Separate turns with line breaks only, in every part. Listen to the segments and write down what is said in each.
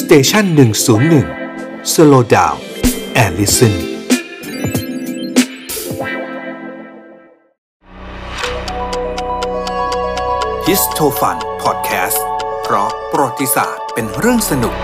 สเตชันหนึ่งศูนย์หนึ่งสโลดาวแอลลิสัน ฮิสโทฟันพอดแคสต์เพราะประวัติศาสตร์เป็นเรื่องสนุก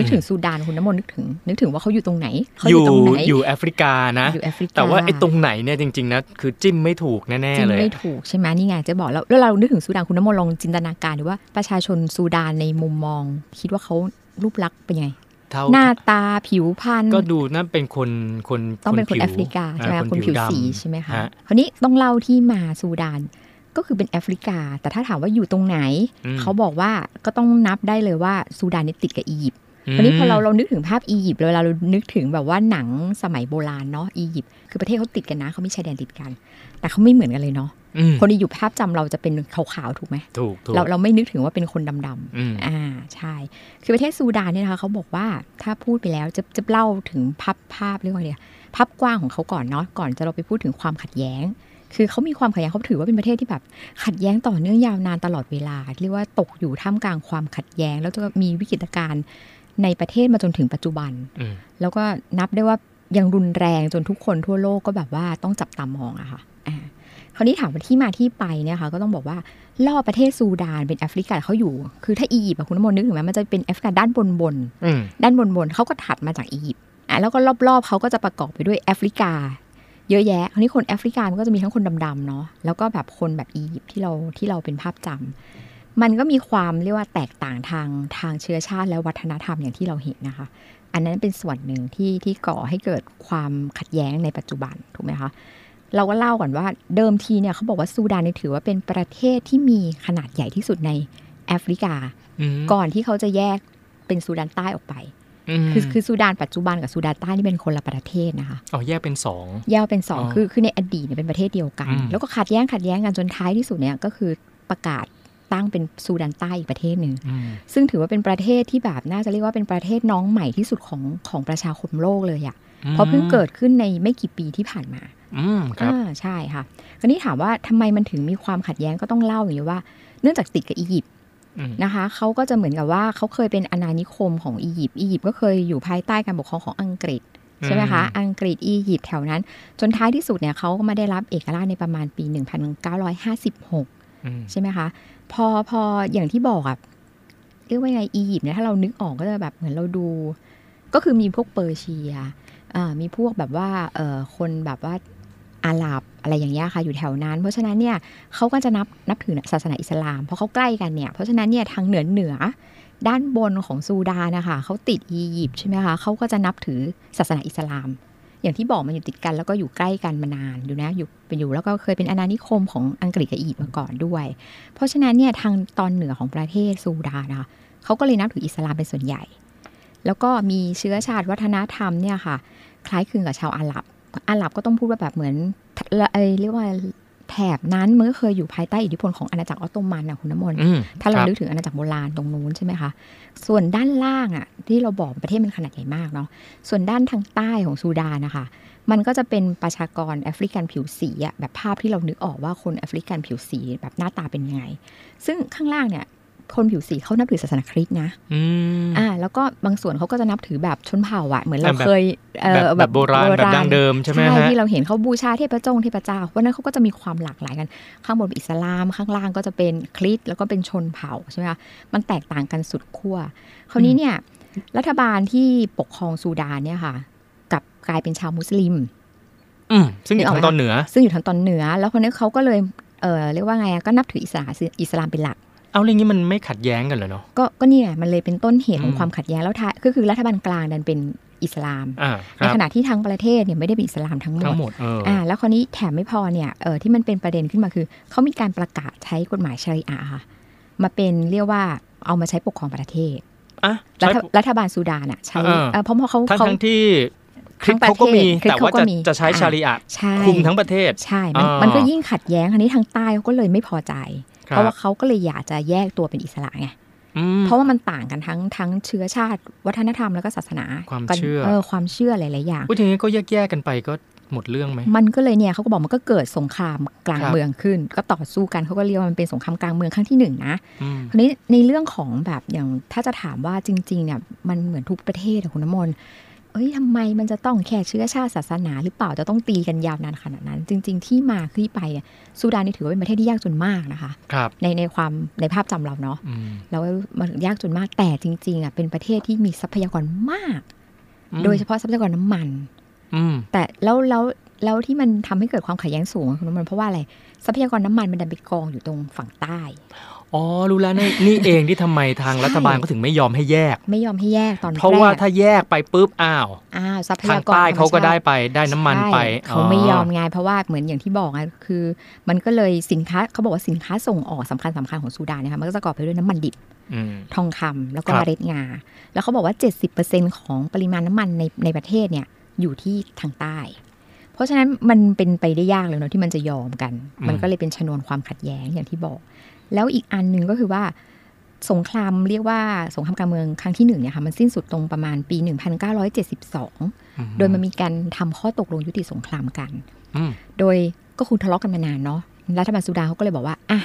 นึกถึงซูดานคุณน้ำมนต์นึกถึง นึกถึงว่าเขาอยู่ตรงไหนเขา
อ
อยู่ ยู่ตรงไหน
อยู่แอฟริกานะ
อยู่แอฟริกา
แต่ว่าไอ้ตรงไหนเนี่ยจริงๆนะคือจิ้มไม่ถูกแน่
จริง
ๆเลย
ไม่ถูกใช่ไหมนี่ไงเจะบอกแล้วแล้วเรานึกถึงซูดานคุณน้ำมนต์ลองจินตนาการดูว่าประชาชนซูดานในมุมมอง คิดว่าเขารูปลักษณ์เป็นยังไง
เท่า
หน้าตาผิวพรรณ
ก็ดูนั่นเป็นคนคน
ต้องเป็นคน
ผิว
แอฟริกาใช่ไหม
อ่
คนผิว
ดำ
สีใช่ไหมคะ
ฮะ
คราวนี้ต้องเล่าที่มาซูดานก็คือเป็นแอฟริกา แต่ถ้าถามว่าอยู่ตรงไหน
อืม
เขาบอกว่าก็ต้องนับได้เลยว่าซูดานเนี่ยติดกับอียิปต์ วันนี้พอเราเรานึกถึงภาพอียิปต์เวลาเรานึกถึงแบบว่าหนังสมัยโบราณเนาะอียิปต์คือประเทศเขาติดกันนะเขามีชายแดนติดกัน แต่เขาไม่เหมือนกันเลยเนาะ
อืม
คนอียิปต์ภาพจำเราจะเป็นขาวๆถูกไหม
ถูกถูก
เราเราไม่นึกถึงว่าเป็นคนดำ
อืม
ๆอ่าใช่ คือประเทศซูดานเนี่ยนะคะเขาบอกว่าถ้าพูดไปแล้วจะจะเล่าถึงภาพภาพเรียกว่าไงเนี่ยภาพกว้างของเขาก่อนเนาะก่อนจะเราไปพูดถึงความขัดแย้ง คือเขามีความขัดแย้งเขาถือว่าเป็นประเทศที่แบบ ขัดแย้งต่อเนื่องยาวนานตลอดเวลา เรียกว่าตกอยู่ท่ามกลางความขัดแย้ง แล้วก็มีวิกฤตการณ์ในประเทศมาจนถึงปัจจุบัน
อืม
แล้วก็นับได้ว่ายังรุนแรงจนทุกคนทั่วโลกก็แบบว่าต้องจับตามองอะค่ะอ่าคราวนี้ถามว่าที่มาที่ไปเนี่ยค่ะก็ต้องบอกว่าล่อบประเทศซูดานเป็นแอฟริกาเขาอยู่ คือถ้าอียิปต์อะคุณน้ำมนต์นึกถึงไหมมันจะเป็นแอฟริกาด้านบนบนๆ
อืม
ด้านบนบนเขาก็ถัดมาจากอียิปต์อ่ะแล้วก็รอบๆเขาก็จะประกอบไปด้วยแอฟริกา เยอะแยะคราวนี้คนแอฟริกามันก็จะมีทั้งคนดำๆเนาะแล้วก็แบบคนแบบอียิปต์ที่เราที่เราเป็นภาพจำมันก็มีความเรียกว่าแตกต่างทางทางเชื้อชาติและวัฒนธรรมอย่างที่เราเห็นนะคะ อันนั้นเป็นส่วนหนึ่งที่ที่ก่อให้เกิดความขัดแย้งในปัจจุบันถูกไหมคะเราก็เล่าก่อนว่าเดิมทีเนี่ยเขาบอกว่าซูดานเนี่ยถือว่าเป็นประเทศที่มีขนาดใหญ่ที่สุดในแอฟริกา ก่อนที่เขาจะแยกเป็นซูดานใต้ออกไป คือคือซูดานปัจจุบันกับซูดานใต้นี่เป็นคนละประเทศนะคะ
อ๋อแยกเป็นสอง
แยกเป็นสอง
อ๋อ
คือคือในอดีตเนี่ยเป็นประเทศเดียวกัน
อืม
แล้วก็ขัดแย้งขัดแย้งกันจนท้ายที่สุดเนี่ยก็คือประกาศตั้งเป็นซูดานใต้อีกประเทศหนึ่ง
อืม
ซึ่งถือว่าเป็นประเทศที่แบบน่าจะเรียกว่าเป็นประเทศน้องใหม่ที่สุดของของประชาคมโลกเลยอะ่ะเพราะเพิ่งเกิดขึ้นในไม่กี่ปีที่ผ่านมา
อืมครับ
อ่าใช่ค่ะคราวนี้ถามว่าทำไมมันถึงมีความขัดแย้งก็ต้องเล่าอย่างนี้ว่า เนื่องจากติดกับอียิปต์
อืม
นะคะเขาก็จะเหมือนกับว่าเขาเคยเป็นอาณานิคมของอียิปต์อียิปต์ก็เคยอยู่ภายใต้การปกครองของอังกฤษใช่ไหมคะ
อืม
อังกฤษอียิปต์แถวนั้น จนท้ายที่สุดเนี่ยเขาก็มาได้รับเอกราชในประมาณปี 1956
อืม
ใช่ไหมคะพอพออย่างที่บอกอะเรียกว่าไงอียิปต์เนี่ยถ้าเรานึกออกก็จะแบบเหมือนเราดู ก็คือมีพวกเปอร์เซียอ่ามีพวกแบบว่าเอ่อคนแบบว่าอาหรับอะไรอย่างเงี้ยค่ะอยู่แถวนั้น เพราะฉะนั้นเนี่ย เขาก็จะนับนับถือศาสนาอิสลาม เพราะเขาใกล้กันเนี่ย เพราะฉะนั้นเนี่ยทางเหนือเหนือด้านบนของซูดานนะคะเขาติดอียิปต์ใช่ไหมคะเขาก็จะนับถือศาสนาอิสลาม อย่างที่บอกมันอยู่ติดกันแล้วก็อยู่ใกล้กันมานานอยู่นะอยู่เป็นอยู่แล้วก็เคยเป็นอาณานิคมของอังกฤษกับอียิปต์มาก่อนด้วย เพราะฉะนั้นเนี่ยทางตอนเหนือของประเทศซูดานนะคะเขาก็เลยนับถืออิสลามเป็นส่วนใหญ่ แล้วก็มีเชื้อชาติวัฒนธรรมเนี่ยค่ะ คล้ายคลึงกับชาวอาหรับ อาหรับก็ต้องพูดว่าแบบเหมือนเอ่ยเรียกว่า แถบนั้นมันก็เคยอยู่ภายใต้อิทธิพลของอาณาจักรออตโตมันนะคุณน้ำมนต์
อืม
ถ้าเรา
คบ
นึกถึงอาณาจักรโบราณตรงนู้นใช่ไหมคะส่วนด้านล่างอ่ะที่เราบอกประเทศมันขนาดใหญ่มากเนาะส่วนด้านทางใต้ของซูดานนะคะมันก็จะเป็นประชากรแอฟริกันผิวสีอ่ะแบบภาพที่เรานึกออกว่าคนแอฟริกันผิวสีแบบหน้าตาเป็นยังไง ซึ่งข้างล่างเนี่ยคนผิวสีเขานับถือศาสนาคริสต์นะ
อืม
อ่าแล้วก็บางส่วนเขาก็จะนับถือแบบชนเผ่าอ่ะเหมือนเรา
แบบ
เคยเอ่
แบบ
อ
แบบโบราณแบบดั้งเดิมใช่ไหมฮะ
ที่เราเห็นเขาบูชาเทพเจ้าเทพเจ้าเพราะฉะนั้นเขาก็จะมีความหลากหลายกัน ข้างบนเป็นอิสลาม ข้างล่างก็จะเป็นคริสต์แล้วก็เป็นชนเผ่าใช่ไหมคะมันแตกต่างกันสุดขั้วคราวนี้เนี่ยรัฐบาลที่ปกครองซูดานเนี่ยค่ะกลับกลายเป็นชาวมุสลิม
อืมซึ่งอยู่
นึกออก
ทา
ไหม
งตอนเหนือ
ซึ่งอยู่ทางตอนเหนือ แล้วคนนี้เขาก็เลยเออเรียกว่าไงอะก็นับถืออิสลามอิสลามเป็นหลัก
เอาเรื่องนี้มันไม่ขัดแย้งกันเหรอเนาะ
ก็ก็เนี่ยมันเลยเป็นต้นเหตุของ
อืม
ความขัดแย้งแล้วท้ายก็คือรัฐบาลกลางดันเป็นอิสลาม
อ่าค
ใน
รับ
ขณะที่ทางประเทศเนี่ยไม่ได้เป็นอิสลามทั้งหม
ทั้
ด
งหมดเอออ
อ่าแล้วคราวนี้แถมไม่พอเนี่ยเออที่มันเป็นประเด็นขึ้นมาคือ เขามีการประกาศใช้กฎหมายชริอะห์ค่ะมาเป็นเรียกว่าเอามาใช้ปกครองประเทศ
อ่ะ
รั
ใช้
ฐรัฐบาลซูดานอ่ะใช้
อ่า
เอ่อเพราะว่าเขา
ทั้ง
เขา
ทั้งที่คริสต์
ทั้ง
เขาก็มี
ประเทศคริสต์
แต่ว่า
เขาก็
จะ
มี
จะใช้
อ่า
ชาริอะห์
ใช่
คุมทั้งประเทศ
ใช่มัน
อ่ามั
มันก็ยิ่งขัดแย้งคราวนี้ทางใต้เขาก็เลยไม่พอใจ
ค
เพ
รับ
ราะว่าเขาก็เลยอยากจะแยกตัวเป็นอิสระไง
อืม
เพราะว่ามันต่างกันทั้งทั้งเชื้อชาติวัฒนธรรมแล้วก็ศาสนา
ความ
กัน
เชื่อ
เออความเชื่อหลายๆอย่าง
อุ้ยทีนี้ก็แยกๆกันไปก็ หมดเรื่องไหม
มันก็เลยเนี่ยเขาก็บอกมันก็เกิดสงครามกลาง
ครับ
เมืองขึ้น ก็ต่อสู้กันเขาก็เรียกว่ามันเป็นสงครามกลางเมืองครั้งที่หนึ่งนะ
อืม
คราวนี้ในเรื่องของแบบอย่างถ้าจะถามว่าจริง ๆ เนี่ยมันเหมือนทุกประเทศอะคุณน้ำมนต์เอ้ยทำไมมันจะต้องแค่เชื้อชาติศาสนาหรือเปล่าจะต้องตีกันยาวนานขนาดนั้น จริง ๆ ที่มาที่ไปเนี่ยซูดานนี่ถือว่าเป็นประเทศที่ยากจนมากนะคะ
ครับ
ในในความในภาพจำเราเนาะ
อืม
เรามันยากจนมากแต่จริงๆอ่ะเป็นประเทศที่มีทรัพยากรมาก
อืม
โดยเฉพาะทรัพยากรน้ำมัน
อืม
แต่แล้วแล้วแล้วที่มันทำให้เกิดความขัดแย้งสูงอะคุณน้ำมนต์เพราะว่าอะไรทรัพยากรน้ำมันมันดันไปกองอยู่ตรงฝั่งใต้
อ๋อรู้แล้วนี่นี่เองที่ทำไมทาง
ใช่
รัฐบาลเขาถึงไม่ยอมให้แยก
ไม่ยอมให้แยกตอนแรก
เพราะว่าถ้าแยกไปปุ๊บอ้าว
อ้าวทรั
ทาย
พาง กร
ใต้เขาก็
ธรรมชติ
ได้ไปได้น้ำมันไป
ใช่เขาไม่ยอม
อ๋อ
ไงเพราะว่าเหมือนอย่างที่บอกอะคือ มันก็เลยสินค้าเขาบอกว่าสินค้าส่งออกสำคัญสำคัญของซูดานเนะคะมันก็จะประกอบไปด้วยน้ำมันดิบ
อืม
ทองคำแล้วก็
ครับ
เมล็ดงา แล้วเขาบอกว่า 70%ของปริมาณน้ำมันในในประเทศเนี่ยอยู่ที่ทางใต้ เพราะฉะนั้นมันเป็นไปได้ยากเลยเนาะที่มันจะยอมกัน มันก็เลยเป็นชนวนความขัดแย้งอย่างที่บอก แล้วอีกอันหนึ่งก็คือว่าสงครามเรียกว่าสงครามกลางเมืองครั้งที่หนึ่งเนี่ยค่ะมันสิ้นสุดตรงประมาณปี 1972
อื
โดยมันมีการทำข้อตกลงยุติสงครามกัน
อืม
โดยก็คงทะเลาะกันมานานเนาะ รัฐบาลซูดานเขาก็เลยบอกว่า อ่ะ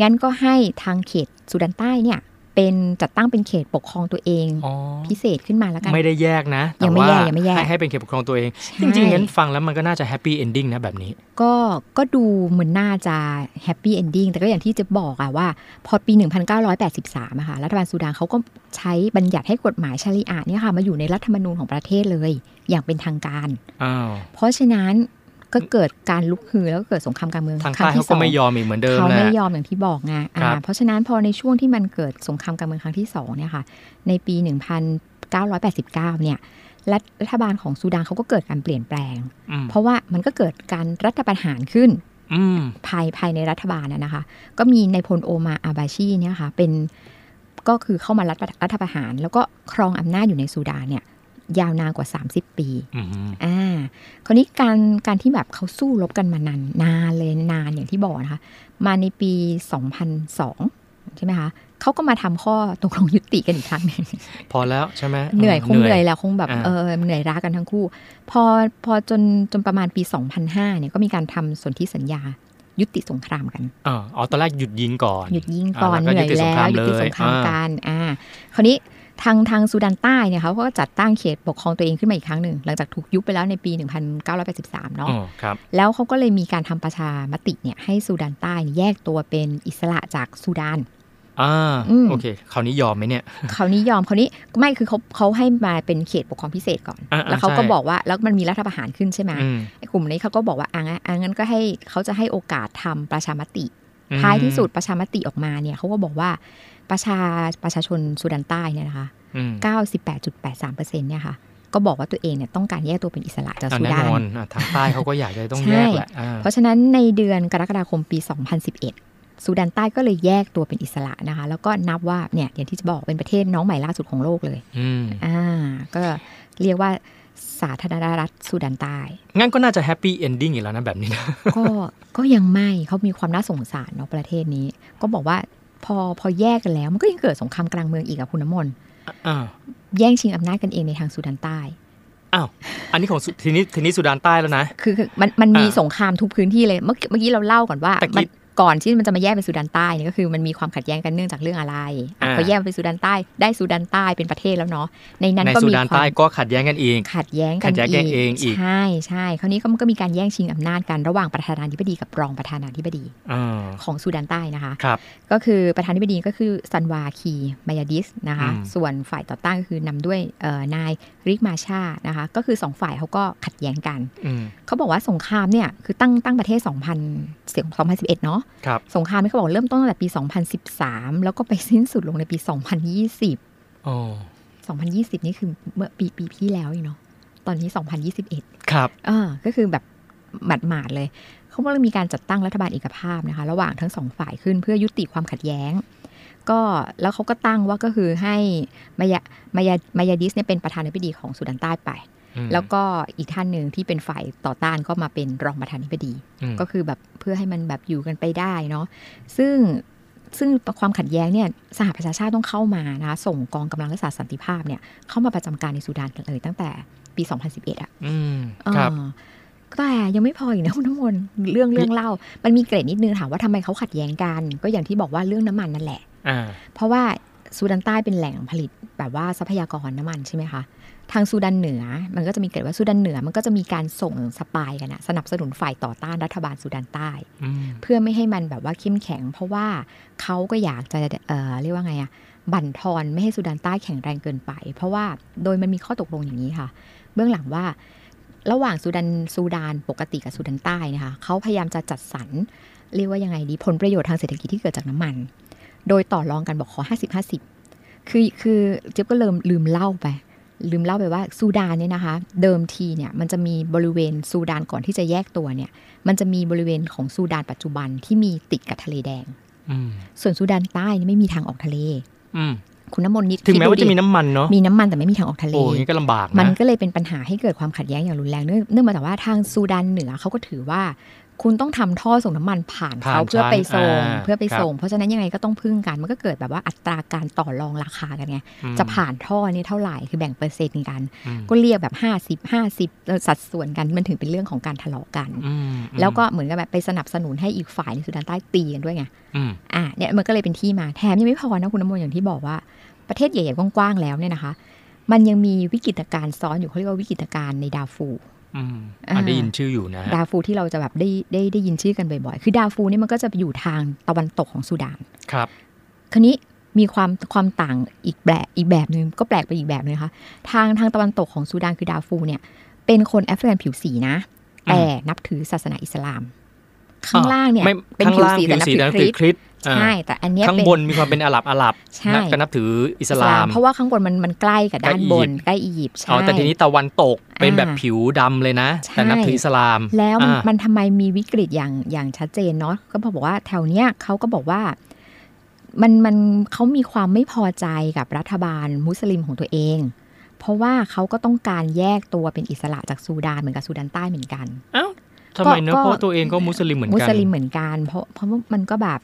งั้นก็ให้ทางเขตซูดานใต้เนี่ย เป็นจัดตั้งเป็นเขตปกครองตัวเอง
อ๋อ
พิเศษขึ้นมาแล้วกัน
ไม่ได้แยกนะ
ยังไม่
ว่า
แยกยังไม่แยก
ให้ให้เป็นเขตปกครองตัวเอง
ใช่
จริงๆงั้นฟังแล้วมันก็น่าจะแฮปปี้เอนดิ้งนะแบบนี้
ก็ ก็ดูเหมือนน่าจะแฮปปี้เอนดิ้ง แต่ก็อย่างที่จะบอกอะว่า พอปี 1983อะค่ะ รัฐบาลซูดานเขาก็ใช้บัญญัติให้กฎหมายชารีอะห์เนี่ยค่ะ มาอยู่ในรัฐธรรมนูญของประเทศเลย อย่างเป็นทางการ
อ้าว
เพราะฉะนั้นก็เกิดการลุกฮือแล้วก็เกิดสงครามกลางเมือง
ทาง
ครั้ง
ใต้เขา
ที่ส
ก็
อง
ไม่ยอมอีกเหมือนเดิม
เขา
แหละ
ไม่ยอมอย่างที่บอกไงอ่า
ครับ
เพราะฉะนั้นพอในช่วงที่มันเกิดสงครามกลางเมืองครั้งที่สองเนี่ยค่ะในปี 1989 เนี่ยรัฐรัฐบาลของซูดานเขาก็เกิดการเปลี่ยนแปลง
อืม
เพราะว่ามันก็เกิดการรัฐประหารขึ้น
อืม
ภายภายในรัฐบาลนะนะคะ ก็มีนายพลโอมาอาบาชีเนี่ยค่ะเป็นก็คือเข้ามารัฐรัฐประหาร แล้วก็ครองอำนาจอยู่ในซูดานเนี่ยยาวนานกว่า 30 ปี
อืม
อ่าคราวนี้การการที่แบบเขาสู้รบกันมานานนานเลยนานอย่างที่บอกนะคะ มาในปี 2002 ใช่ไหมคะเขาก็มาทำข้อตกลงยุติกันอีกครั้ง หนึ่ง
พอแล้วใช่ไหม
เหนื่อยคงเหนื่อยแหล้วคงแบบ
อ่า
เออเหนื่อยร้ากันทั้งคู่ พอพอจนจนประมาณปี 2005เนี่ยก็มีการทำสนธิสัญญายุติสงครามกัน
เอออ๋อตอนแรกหยุดยิงก่อน
หยุดยิงก่อน
อ่า
เหนื่อย
ติสงค
แล้
ราว ม
ยุติ
เลย
สงคราม
อ่
กันอ่าคราวนี้ทางทางซูดานใต้เนี่ยเขาก็จัดตั้งเขตปกครองตัวเองขึ้นมาอีกครั้งหนึ่งหลังจากถูกยุบไปแล้วในปี 1983เนาะ
อ๋อครับ
แล้วเขาก็เลยมีการทำประชามติเนี่ยให้ซูดานใต้เนี่ยแยกตัวเป็นอิสระจากซูดาน
อ่า
อืม
โอเคคราวนี้ยอมไหมเนี่ย
คราวนี้ยอมคราวนี้ไม่คือเขาเขาให้มาเป็นเขตปกครองพิเศษก่อน
อ่าอ่า
แล้วเขาก็
ใช่
บอกว่าแล้วมันมีรัฐประหารขึ้นใช่ไหม
อืม
ไอ้กลุ่มนี้เขาก็บอกว่าอ่ะงั้นอ่ะงั้นก็ให้เขาจะให้โอกาสทำประชามติ
อืม
ท้ายที่สุดประชามติออกมาเนี่ยเขาก็บอกว่าประชาประชาชนซูดานใต้เนี่ยนะคะ
อืม
98.83%เนี่ยค่ะก็บอกว่าตัวเองเนี่ยต้องการแยกตัวเป็นอิสระจาก
อ่ะ
ซู
แน่
ดาน
อน
น
อ่ะทางใต้เขาก็อยากจะต้อง
ใช่
แยกแหละอ่า
เพราะฉะนั้นในเดือนกรกฎาคมปี 2011 ซูดานใต้ก็เลยแยกตัวเป็นอิสระนะคะ แล้วก็นับว่าเนี่ยอย่างที่จะบอกเป็นประเทศน้องใหม่ล่าสุดของโลกเลย
อืม
อ่า ก็เรียกว่าสาธารณรัฐซูดานใต้
งั้นก็น่าจะแฮปปี้เอนดิ้งอีกแล้วนะแบบนี้นะ
ก็ก็ยังไม่เขามีความน่าสงสารเนาะประเทศนี้ ก็บอกว่าพอพอแยกกันแล้วมันก็ยังเกิดสงครามกลางเมืองอีกอะคุณน้ำมนต์
อ่า
แย่งชิงอำนาจกันเองในทางซูดานใต้
อ้าวอันนี้ของสุทีนี้ทีนี้สุดานใต้แล้วนะ
คือคือมันมันมี
อ่า
สงครามทุกพื้นที่เลยเมื่อกี้เมื่อกี้เราเล่าก่อนว่า
แต่คิด
มันก่อนที่มันจะมาแยกเป็นซูดานใต้เนี่ยก็คือมันมีความขัดแย้งกันเนื่องจากเรื่องอะไรอ่ะ
อ่า
พอแยกเป็นซูดานใต้ได้ซูดานใต้เป็นประเทศแล้วเนาะในนั้น
ใน
ก็
สุ
มี
ดาน
ค
ใต้
วาม
ก็ขัดแย้งกันเอง
ขัดแย้งกั
ขั
น
ดแย้งกันเองอีก
ใช่ใช่คราวนี้ก็มันก็มีการแย่งชิงอำนาจกันระหว่างประธานาธิบดีกับรองประธานาธิบดี
อ่า
ของซูดานใต้นะคะ
ครับ
ก็คือประธานาธิบดีก็คือซันวาคีมายาดิสนะคะ
อืม
ส่วนฝ่ายต่อต้านก็คือนำด้วยเอ่อนายริกมาชานะคะ ก็คือสองฝ่ายเขาก็ขัดแย้งกัน
อืม
เขาบอกว่าสงครามเนี่ยคือตั้งตั้งประเทศ 2000เสียง2011 เนาะ
ครับ
สงครามนี่เขาบอกเริ่มต้นตั้งแต่ปี 2013 แล้วก็ไปสิ้นสุดลงในปี 2020
อ๋อ
2020 นี่คือเมื่อปีปีที่แล้วเองเนาะตอนนี้ 2021
ครับ
อ่าก็คือแบบหมาดหมาดๆเลย เขาบอกว่ามีการจัดตั้งรัฐบาลเอกภาพนะคะ ระหว่างทั้งสองฝ่ายขึ้นเพื่อยุติความขัดแย้ง ก็แล้วเขาก็ตั้งว่าก็คือให้มายามายามายาดิสเนี่ยเป็นประธานาธิบดีของสุดานใต้ไป
อืม
แล้วก็อีกท่านหนึ่งที่เป็นฝ่ายต่อต้านก็มาเป็นรองประธานาธิบดี
อืม
ก็คือแบบเพื่อให้มันแบบอยู่กันไปได้เนาะซึ่งซึ่งความขัดแย้งเนี่ยสหประชาชาติต้องเข้ามานะคะส่งกองกำลังรักษาสันติภาพเนี่ยเข้ามาประจำการในซูดานเลยตั้งแต่ปี 2011อะ
อืม
เออ
ครับ
แต่ยังไม่พออีกนะคุณ น้ำมนต์เรื่องเรื่องเล่า มันมีเกรดนิดนึงถามว่าทำไมเขาขัดแย้งกัน ก็อย่างที่บอกว่าเรื่องน้ำมันนั่นแหละ
อ่า
เพราะว่าซูดานใต้เป็นแหล่งผลิตแบบว่าทรัพยากรน้ำมันใช่ไหมคะทางซูดานเหนือมันก็จะมีเกิดว่าซูดานเหนือมันก็จะมีการส่งสปายกันอะสนับสนุนฝ่ายต่อต้านรัฐบาลซูดานใต้
อืม
เพื่อไม่ให้มันแบบว่าเข้มแข็ง เพราะว่าเขาก็อยากจะเอ่อเรียกว่าไงอะบั่นทอนไม่ให้สุดานใต้แข็งแรงเกินไป เพราะว่าโดยมันมีข้อตกลงอย่างนี้ค่ะ เบื้องหลังว่าระหว่างสุดานสุดานปกติกับสุดานใต้นะคะเขาพยายามจะจัดสรรเรียกว่ายังไงดีผลประโยชน์ทางเศรษฐกิจที่เกิดจากน้ำมัน โดยต่อรองกันบอกขอ 50 50 คือคือเจี๊ยบก็เริ่มลืมเล่าไป ลืมเล่าไปว่าซูดานเนี่ยนะคะ เดิมทีเนี่ยมันจะมีบริเวณซูดานก่อนที่จะแยกตัวเนี่ย มันจะมีบริเวณของซูดานปัจจุบันที่มีติดกับทะเลแดง
อืม
ส่วนซูดานใต้นี่ไม่มีทางออกทะเล
อืม
คุณน้ำมนต์นิด
ถึงแม้ว่า
คิด
จะ
ดูดิ
มีน้ำมันเนาะ
มีน้ำมันแต่ไม่มีทางออกทะเล
โอ้อยางนี้ก็ลำบากนะ
มันก็เลยเป็นปัญหาให้เกิดความขัดแย้งอย่างรุนแรงเนื่องเนื่องมาจากว่าทางซูดานเหนือเขาก็ถือว่า คุณต้องทำท่อส่งน้ำมันผ่าน
ผ่าน
เขาเพื่อไปส่ง
ฉันอ่า
เพื่อไป
ครับ
ส่ง เพราะฉะนั้นยังไงก็ต้องพึ่งกันมันก็เกิดแบบว่าอัตราการต่อรองราคากันไง
อืม
จะผ่านท่อนี่เท่าไหร่คือแบ่งเปอร์เซ็นต์กัน
อืม
ก็เรียกแบบ 50 50เอ่อสัดส่วนกันมันถึงเป็นเรื่องของการทะเลาะกัน
อืม
แล้วก็เหมือนกับแบบไปสนับสนุนให้อีกฝ่ายในสุดานใต้ตีกันด้วยไง
อืม
อ่ะเนี่ยมันก็เลยเป็นที่มาแถมยังไม่พอนะคุณน้ำมนต์อย่างที่บอกว่า ประเทศใหญ่ๆกว้างๆแล้วเนี่ยนะคะ มันยังมีวิกฤตการณ์ซ้อนอยู่เขาเรียกว่าวิกฤตการณ์ในดาฟู
อืม
อ่า
อ่ะได้ยินชื่ออยู่นะฮะ
ดาฟูที่เราจะแบบได้ได้ได้ยินชื่อกันบ่อยๆ คือดาฟูเนี่ยมันก็จะอยู่ทางตะวันตกของซูดาน
ครับ
คันนี้มีความความต่างอีกแบบอีกแบบหนึ่งก็แปลกไปอีกแบบหนึงนะคะทางทางตะวันตกของซูดานคือดาฟูเนี่ยเป็นคนแอฟริกันผิวสีนะ
อืม
แต่นับถือศาสนาอิสลาม ข้างล่างเนี่ย
ไม่
เป็น
ข้าง
ผิว
ล่าง
สี
ผิ
แต่
ว
นับ
สี
ถือ
แต่นับ
คริสต์
ถือคริสต์อ่า
ใช่แต่อันเนี้ย
ข้าง
เป็น
บนมีความเป็นอาหรับอาหรับ
ใช่
นับก็นับถืออิสลาม
เพราะว่าข้างบนมันมันใกล้กับด้านบนใกล้อียิปต์
อ๋อ
ใช่
แต่ทีนี้ตะวันตกเป็นแบบ
อ่า
ผิวดำเลยนะ
ใช่
แต่นับถืออิสลาม
แล้วมัน
อ่ามั
มันทำไมมีวิกฤตอย่างอย่างชัดเจนเนาะก็บอกว่าแถวเนี้ยเขาก็บอกว่ามันมันเขามีความไม่พอใจกับรัฐบาลมุสลิมของตัวเอง เพราะว่าเขาก็ต้องการแยกตัวเป็นอิสระจากซูดานเหมือนกับซูดานใต้เหมือนกัน
เอ้าทำไมเนอะ
ก็
เพราะตัวเองก็มุสลิมเหมือน
มุ
กั
สลิมเหมือนกัน เพราะเพราะว่ามันก็แบบ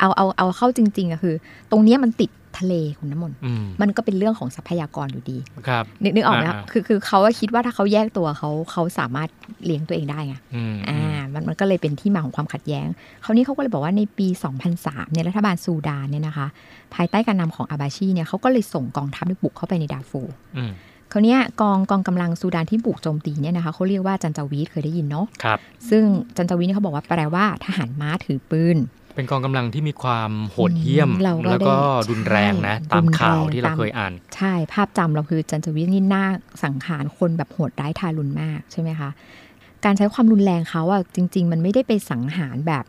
เอาเอาเอาเข้าจริงๆอะคือ ตรงเนี้ยมันติดทะเลคุณน้ำมนต์
อืม
มันก็เป็นเรื่องของทรัพยากรอยู่ดี
ครับ
นึกนึกออกไหมคะ
อ่าๆ
คือคือเขาก็คิดว่าถ้าเขาแยกตัวเขาเขาสามารถเลี้ยงตัวเองได้ไง
อืม
อ่า มันมันก็เลยเป็นที่มาของความขัดแย้ง คราวนี้เขาก็เลยบอกว่าในปี 2003เนี่ยรัฐบาลซูดานเนี่ยนะคะ ภายใต้การนำของอาบาชีเนี่ยเขาก็เลยส่งกองทัพเนี่ยบุกเข้าไปในดาฟู
อืม
คราวเนี้ยกองกองกำลังซูดานที่บุกโจมตีเนี่ยนะคะเขาเรียกว่าจันจาวีดเคยได้ยินเนาะ
ครับ
ซึ่งจันจาวีดเนี่ยเขาบอกว่าแปลว่าทหารม้าถือปืน
เป็นกองกำลังที่มีความโหดเหี้ยม
เราก็
แล้วก็
ได้
รุนแรงนะ
ใช่
ตาม
รุนแรง
ข่าวที่เรา
ตาม
เคยอ่าน
ใช่ ภาพจำเราคือจันจวิทย์นี่หน้าสังหารคนแบบโหดร้ายทารุณมากใช่ไหมคะ การใช้ความรุนแรงเขาอะจริง ๆ มันไม่ได้ไปสังหารแบบ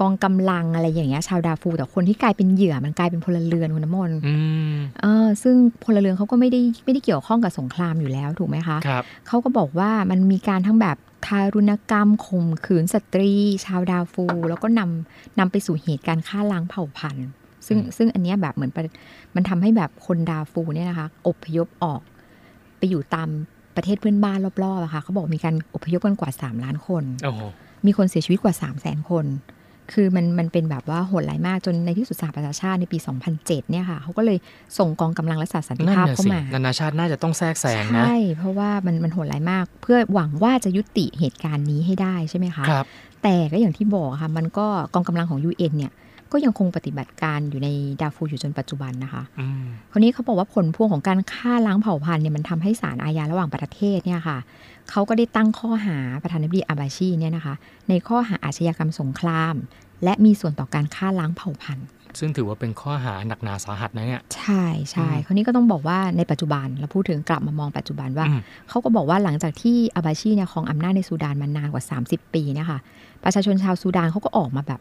กองกำลังอะไรอย่างเงี้ยชาวดาฟู แต่คนที่กลายเป็นเหยื่อมันกลายเป็นพลเรือนคุณน้ำมนต์
อืม
เออซึ่งพลเรือนเขาก็ไม่ได้ไม่ได้เกี่ยวข้องกับสงครามอยู่แล้วถูกไหมคะ
ครับ
เขาก็บอกว่ามันมีการทั้งแบบทารุณกรรมข่มขืนสตรี ชาวดาวฟู แล้วก็นำนำไปสู่เหตุการณ์ฆ่าล้างเผ่าพันธุ์ ซึ่ง
อืม
ซึ่งอันเนี้ยแบบเหมือนประมันทำให้แบบคนดาวฟูเนี่ยนะคะอพยพออกไปอยู่ตามประเทศเพื่อนบ้านรอบๆอะค่ะเขาบอกมีการอพยพกันกว่า 3 ล้านคน
โอ้โห
มีคนเสียชีวิตกว่า 3 0 0 0 0 0 คน คือมันมันเป็นแบบว่าโหดร้ายมากจนในที่สุดสหประชาชาติในปี 2007เนี่ยค่ะเขาก็เลยส่งกองกำลังรักษาสันติ
นั่น
ภาพ
น่ะ
เข้า
สิ
มา
นานาชาติน่าจะต้องแทรกแซงนะ
ใช่ เพราะว่ามันมันโหดร้ายมาก เพื่อหวังว่าจะยุติเหตุการณ์นี้ให้ได้ใช่ไหมคะ
ครับ
แต่ก็อย่างที่บอกค่ะ มันก็กองกำลังของ UN เนี่ย ก็ยังคงปฏิบัติการอยู่ในดาฟูอยู่จนปัจจุบันนะคะ
อืม
คนนี้เขาบอกว่าผลพวงของการฆ่าล้างเผ่าพันธุ์เนี่ยมันทำให้ศาลอาญาระหว่างประเทศเนี่ยค่ะเขาก็ได้ตั้งข้อหาประธานาธิบดีอาบาชีเนี่ยนะคะ ในข้อหาอาชญากรรมสงคราม และมีส่วนต่อการฆ่าล้างเผ่าพันธุ์
ซึ่งถือว่าเป็นข้อหาหนักหนาสาหัสนะเนี่ย
ใช่ใช่
อืม
คนนี้ก็ต้องบอกว่าในปัจจุบันเราพูดถึงกลับมามองปัจจุบันว่า
อืม
เขาก็บอกว่าหลังจากที่อาบาชีเนี่ยครองอำนาจในซูดานมานานกว่า 30 ปีเนะคะ ประชาชนชาวซูดานเขาก็ออกมาแบบ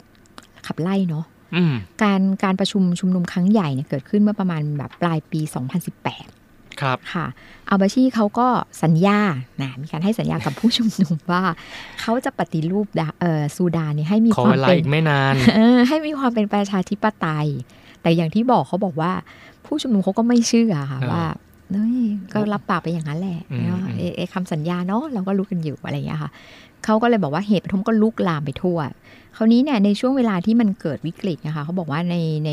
ขับไล่เนาะ
อืม
การการประชุมชุมนุมครั้งใหญ่เนี่ยเกิดขึ้นเมื่อประมาณแบบปลายปี 2018
ครับ
ค่ะ อาบาชีเขาก็สัญญานะมีการให้สัญญากับผู้ชุมนุมว่า เขาจะปฏิรูปดาเอ่อซูดานเนี่ยให้มี
ขอ
ควา
เว
ม
ลา
เป็น
อีกไม่ นาน
เออให้มีความเป็นประชาธิปไตย แต่อย่างที่บอกเขาบอกว่า ผู้ชุมนุมเขาก็ไม่เชื่อค่ะ
เออ
ว่าเฮ้ยก็รับปากไปอย่างนั้นแหละ
อืม
เนอะเอ้ยเอ้ยคำสัญญาเนาะเราก็รู้กันอยู่อะไรอย่างเงี้ยค่ะเขาก็เลยบอกว่าเหตุปฐมก็ลุกลามไปทั่ว คราวนี้เนี่ยในช่วงเวลาที่มันเกิดวิกฤตนะคะเขาบอกว่าในใน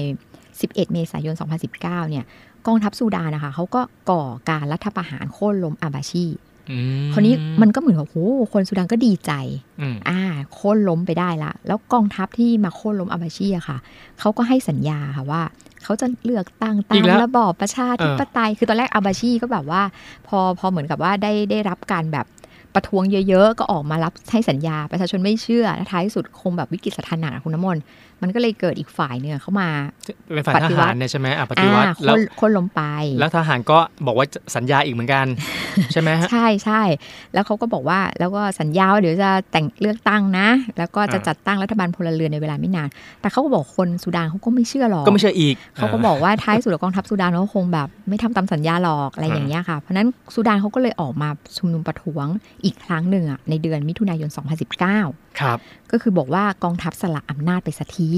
11 เมษายน 2019 เนี่ยกองทัพซูดานนะคะเขาก็ก่อการรัฐประหารโค่นล้มอาบาชี
อืม
คราวนี้มันก็เหมือนกับโหคนสุดานก็ดีใจ
อืม
อ่าโค่นล้มไปได้ละ แล้วกองทัพที่มาโค่นล้มอาบาชีอะค่ะ เขาก็ให้สัญญาค่ะว่า เขาจะเลือกตั้งตามระบอบประชาธิปไตย คือตอนแรกอาบาชีก็แบบว่า พอพอเหมือนกับว่าได้ได้รับการแบบประท้วงเยอะๆ ก็ออกมารับให้สัญญา ประชาชนไม่เชื่อท้ายสุดคงแบบวิกฤตสถานะคุณน้ำมนต์มันก็เลยเกิดอีกฝ่ายเนื้อะเข้ามา
เป็นฝ่าย
ป
ท
ฏิวั
หา
ติ
รเนี่ยใช่ไหมอ่ะปฏิ
อ่า
วัติแล้ว
โค่นโค่นล้มไป
แล้วทหารก็บอกว่าจะสัญญาอีกเหมือนกัน ใช่ไหมฮะ
ใช่ใช่ แล้วเขาก็บอกว่าแล้วก็สัญญาว่าเดี๋ยวจะแต่งเลือกตั้งนะ แล้วก็จะ
อ่า
จัดตั้งรัฐบาลพลเรือนในเวลาไม่นาน แต่เขาก็บอกคนสุดานเขาก็ไม่เชื่อหรอก
ก็ไม่เชื่ออีก
เขาก็บอกว่าท้ายสุดแล้วกองทัพสุดานเขาคงแบบไม่ทำตามสัญญาหรอกอะไรอย่างเงี้ยค่ะ เพราะฉะนั้นสุดานเขาก็เลยออกมาชุมนุมประท้วงอีกครั้งหนึ่งอะในเดือนมิถุนายน 2019
ครับ
ก็คือบอกว่ากองทัพสละอำนาจไปสักที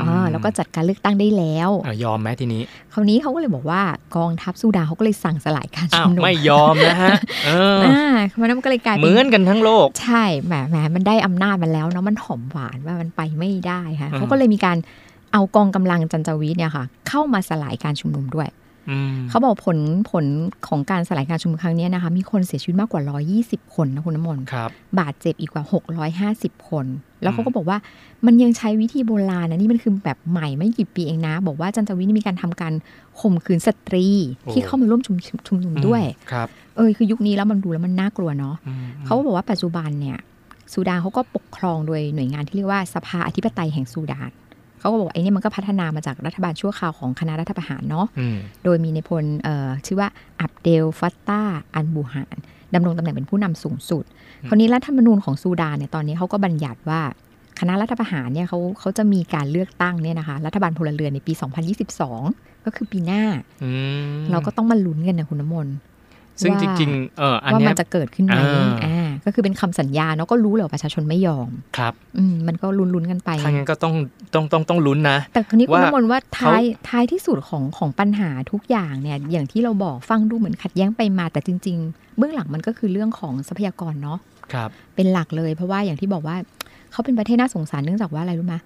อ่า
อืม
แล้วก็จัดการเลือกตั้งได้แล้ว
อ่ะยอมไหมทีนี้
คราวนี้เขาก็เลยบอกว่ากองทัพสุดานเขาก็เลยสั่งสลายการ
อ้า
ชุ
ว
มนุม
ไม่ยอมนะฮะเออ
อ่าเพราะฉะนั้นมันก็เลยกลาย
เห
เป็น
มือนกันทั้งโลก
ใช่แหมแหมมันได้อำนาจมาแล้วเนาะมันหอมหวานว่ามันไปไม่ได้ค่ะ
อืม
เขาก็เลยมีการเอากองกำลังจันจาวีเนี่ยค่ะ เข้ามาสลายการชุมนุมด้วย
อืม
เขาบอกผลผลของการสลายการชุมนุมครั้งเนี้ยนะคะ มีคนเสียชีวิตมากกว่า 120 คนนะคุณน้ำมนต์
ครับ
บาดเจ็บอีกกว่า 650 คน แล้วเขาก็บอกว่ามันยังใช้วิธีโบราณนะนี่มันคือแบบใหม่ไม่กี่ปีเองนะ บอกว่าจันจาวีนี่มีการทำการข่มขืนสตรี
โอ้
ที่เข้ามาร่วมชุมชุมนุมด้วย
ครับ
เออคือยุคนี้แล้วมันดูแล้วมันน่ากลัวเนาะ
อืม
เขาบอกว่าปัจจุบันเนี่ยซูดานเขาก็ปกครองโดยหน่วยงานที่เรียกว่าสภาอธิปไตยแห่งซูดานเขาก็บอกไอ้เนี่ยมันก็พัฒนามาจากรัฐบาลชั่วคราวของคณะรัฐประหารเนาะ
อืม
โดยมีในพลเอ่อชื่อว่าอับเดลฟัตตาอันบูฮานดำรงตำแหน่งเป็นผู้นำสูงสุด คราวนี้รัฐธรรมนูญของซูดานเนี่ยตอนนี้เขาก็บัญญัติว่าคณะรัฐประหารเนี่ยเขาเขาจะมีการเลือกตั้งเนี่ยนะคะรัฐบาลพลเรือนในปี 2022 ก็คือปีหน้า
อืม
เราก็ต้องมาลุ้นกันนะคุณน้ำมนต์
ซึ่ง
ว่า
จริงๆเอออัน
ว่า
เนี้
มั
ย
นจะเกิดขึ้นไหม
อ่า
อ่าก็คือเป็นคำสัญญาเนาะก็รู้แหละว่าประชาชนไม่ยอม
ครับ
อืมมันก็ลุ้นๆกันไป
ถ้างั้นก็ต้องต้องต้องต้องลุ้นนะ
แต่คนนี้คุณ
ว่า
น้ำมนต์ว่า
เขา
ท้ายท้ายที่สุดของของปัญหาทุกอย่างเนี่ยอย่างที่เราบอกฟังดูเหมือนขัดแย้งไปมาแต่จริง ๆ เบื้องหลังมันก็คือเรื่องของทรัพยากรเนาะ
ครับ
เป็นหลักเลย เพราะว่าอย่างที่บอกว่าเขาเป็นประเทศน่าสงสารเนื่องจากว่าอะไรรู้ไหม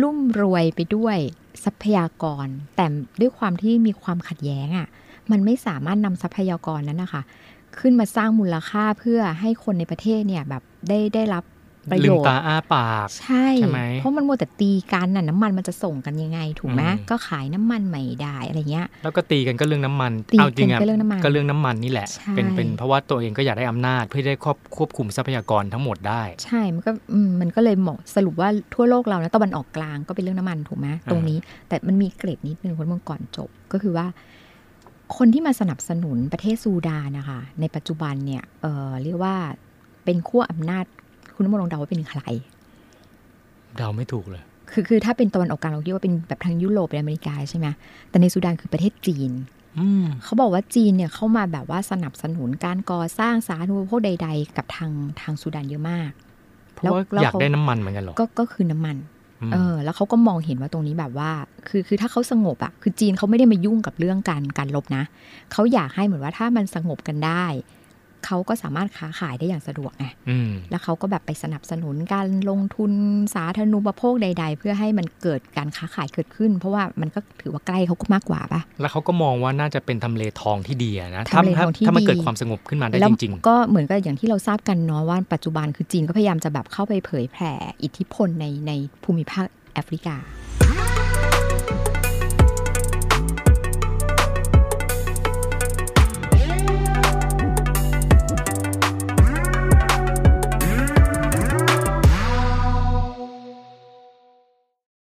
ลุ่มรวยไปด้วยทรัพยากร แต่ด้วยความที่มีความขัดแย้งอะ่ะมันไม่สามารถนำทรัพยากรนั้นนะคะขึ้นมาสร้างมูลค่าเพื่อให้คนในประเทศเนี่ยแบบได้ได้รับประ
ลื
โย
ม
ชน์
ตาอ้าปาก
ใช่
ใช่ไหม
เพราะมันมัวแต่ตีกันน่ะน้ำมันมันจะส่งกันยังไงถูกไหม
อืม
ก็ขายน้ำมันไม่ได้อะไรเงี้ย
แล้วก็ตีกันก็เรื่องน้ำมัน
ตีกัน
เอาจริงอะ
ก็เรื่องน้ำมัน
ก็เรื่องน้ำมันนี่แหละ
ใช่
เป็นเป็นเพราะว่าตัวเองก็อยากได้อำนาจเพื่อได้ครอบควบคุมทรัพยากรทั้งหมดได้
ใช่ มันก็อืมมันก็เลยเหมาะสรุปว่าทั่วโลกเรานะตะวันออกกลางก็เป็นเรื่องน้ำมันถูกไหมตรงนี้ แต่มันมีเกร็ดนิดนึงคนเมืองก่อนจบก็คือว่า คนที่มาสนับสนุนประเทศซูดานนะคะ ในปัจจุบันเนี่ยเออเรียกว่าเป็นขั้วอำนาจคุณน้ำมนต์ลองเดาว่าเป็นใคร
เดาไม่ถูกเลย
คือคือถ้าเป็นตะวันออกกลางเราคิดว่าเป็นแบบทางยุโรปเป็นอเมริกาใช่ไหมแต่ในซูดานคือประเทศจีน
อืม
เขาบอกว่าจีนเนี่ยเข้ามาแบบว่าสนับสนุนการก่อสร้างสาธารณูปโภคใด ๆ กับทางทางซูดานเยอะมาก
เพราะว่า
แล้ว
อยาก
เขา
ได้น้ำมันเหมือนกันเหรอ
ก็ก็คือน้ำมัน
ม
เออแล้วเขาก็มองเห็นว่าตรงนี้แบบว่า คือคือถ้าเขาสงบอะคือจีนเขาไม่ได้มายุ่งกับเรื่องการการลบนะเขาอยากให้เหมือนว่าถ้ามันสงบกันได้เขาก็สามารถค้าขายได้อย่างสะดวกไง
ม
แล้วเขาก็แบบไปสนับสนุนการลงทุนสาธารณูปโภคใด ๆ เพื่อให้มันเกิดการค้าขายเกิดขึ้น เพราะว่ามันก็ถือว่าใกล้เขาก็มากกว่าปะ
แล้วเขาก็มองว่าน่าจะเป็นทำเลทองที่ดีอะนะ
ทำเลทองที่
ถ้ามัน
ดี
เกิดความสงบขึ้นมาได้
แล้ว
จริง
ก็เหมือนกับอย่างที่เราทราบกันเนาะว่าปัจจุบันคือจีนก็พยายามจะแบบเข้าไปเผยแผ่อิทธิพลในในภูมิภาคแอฟริกา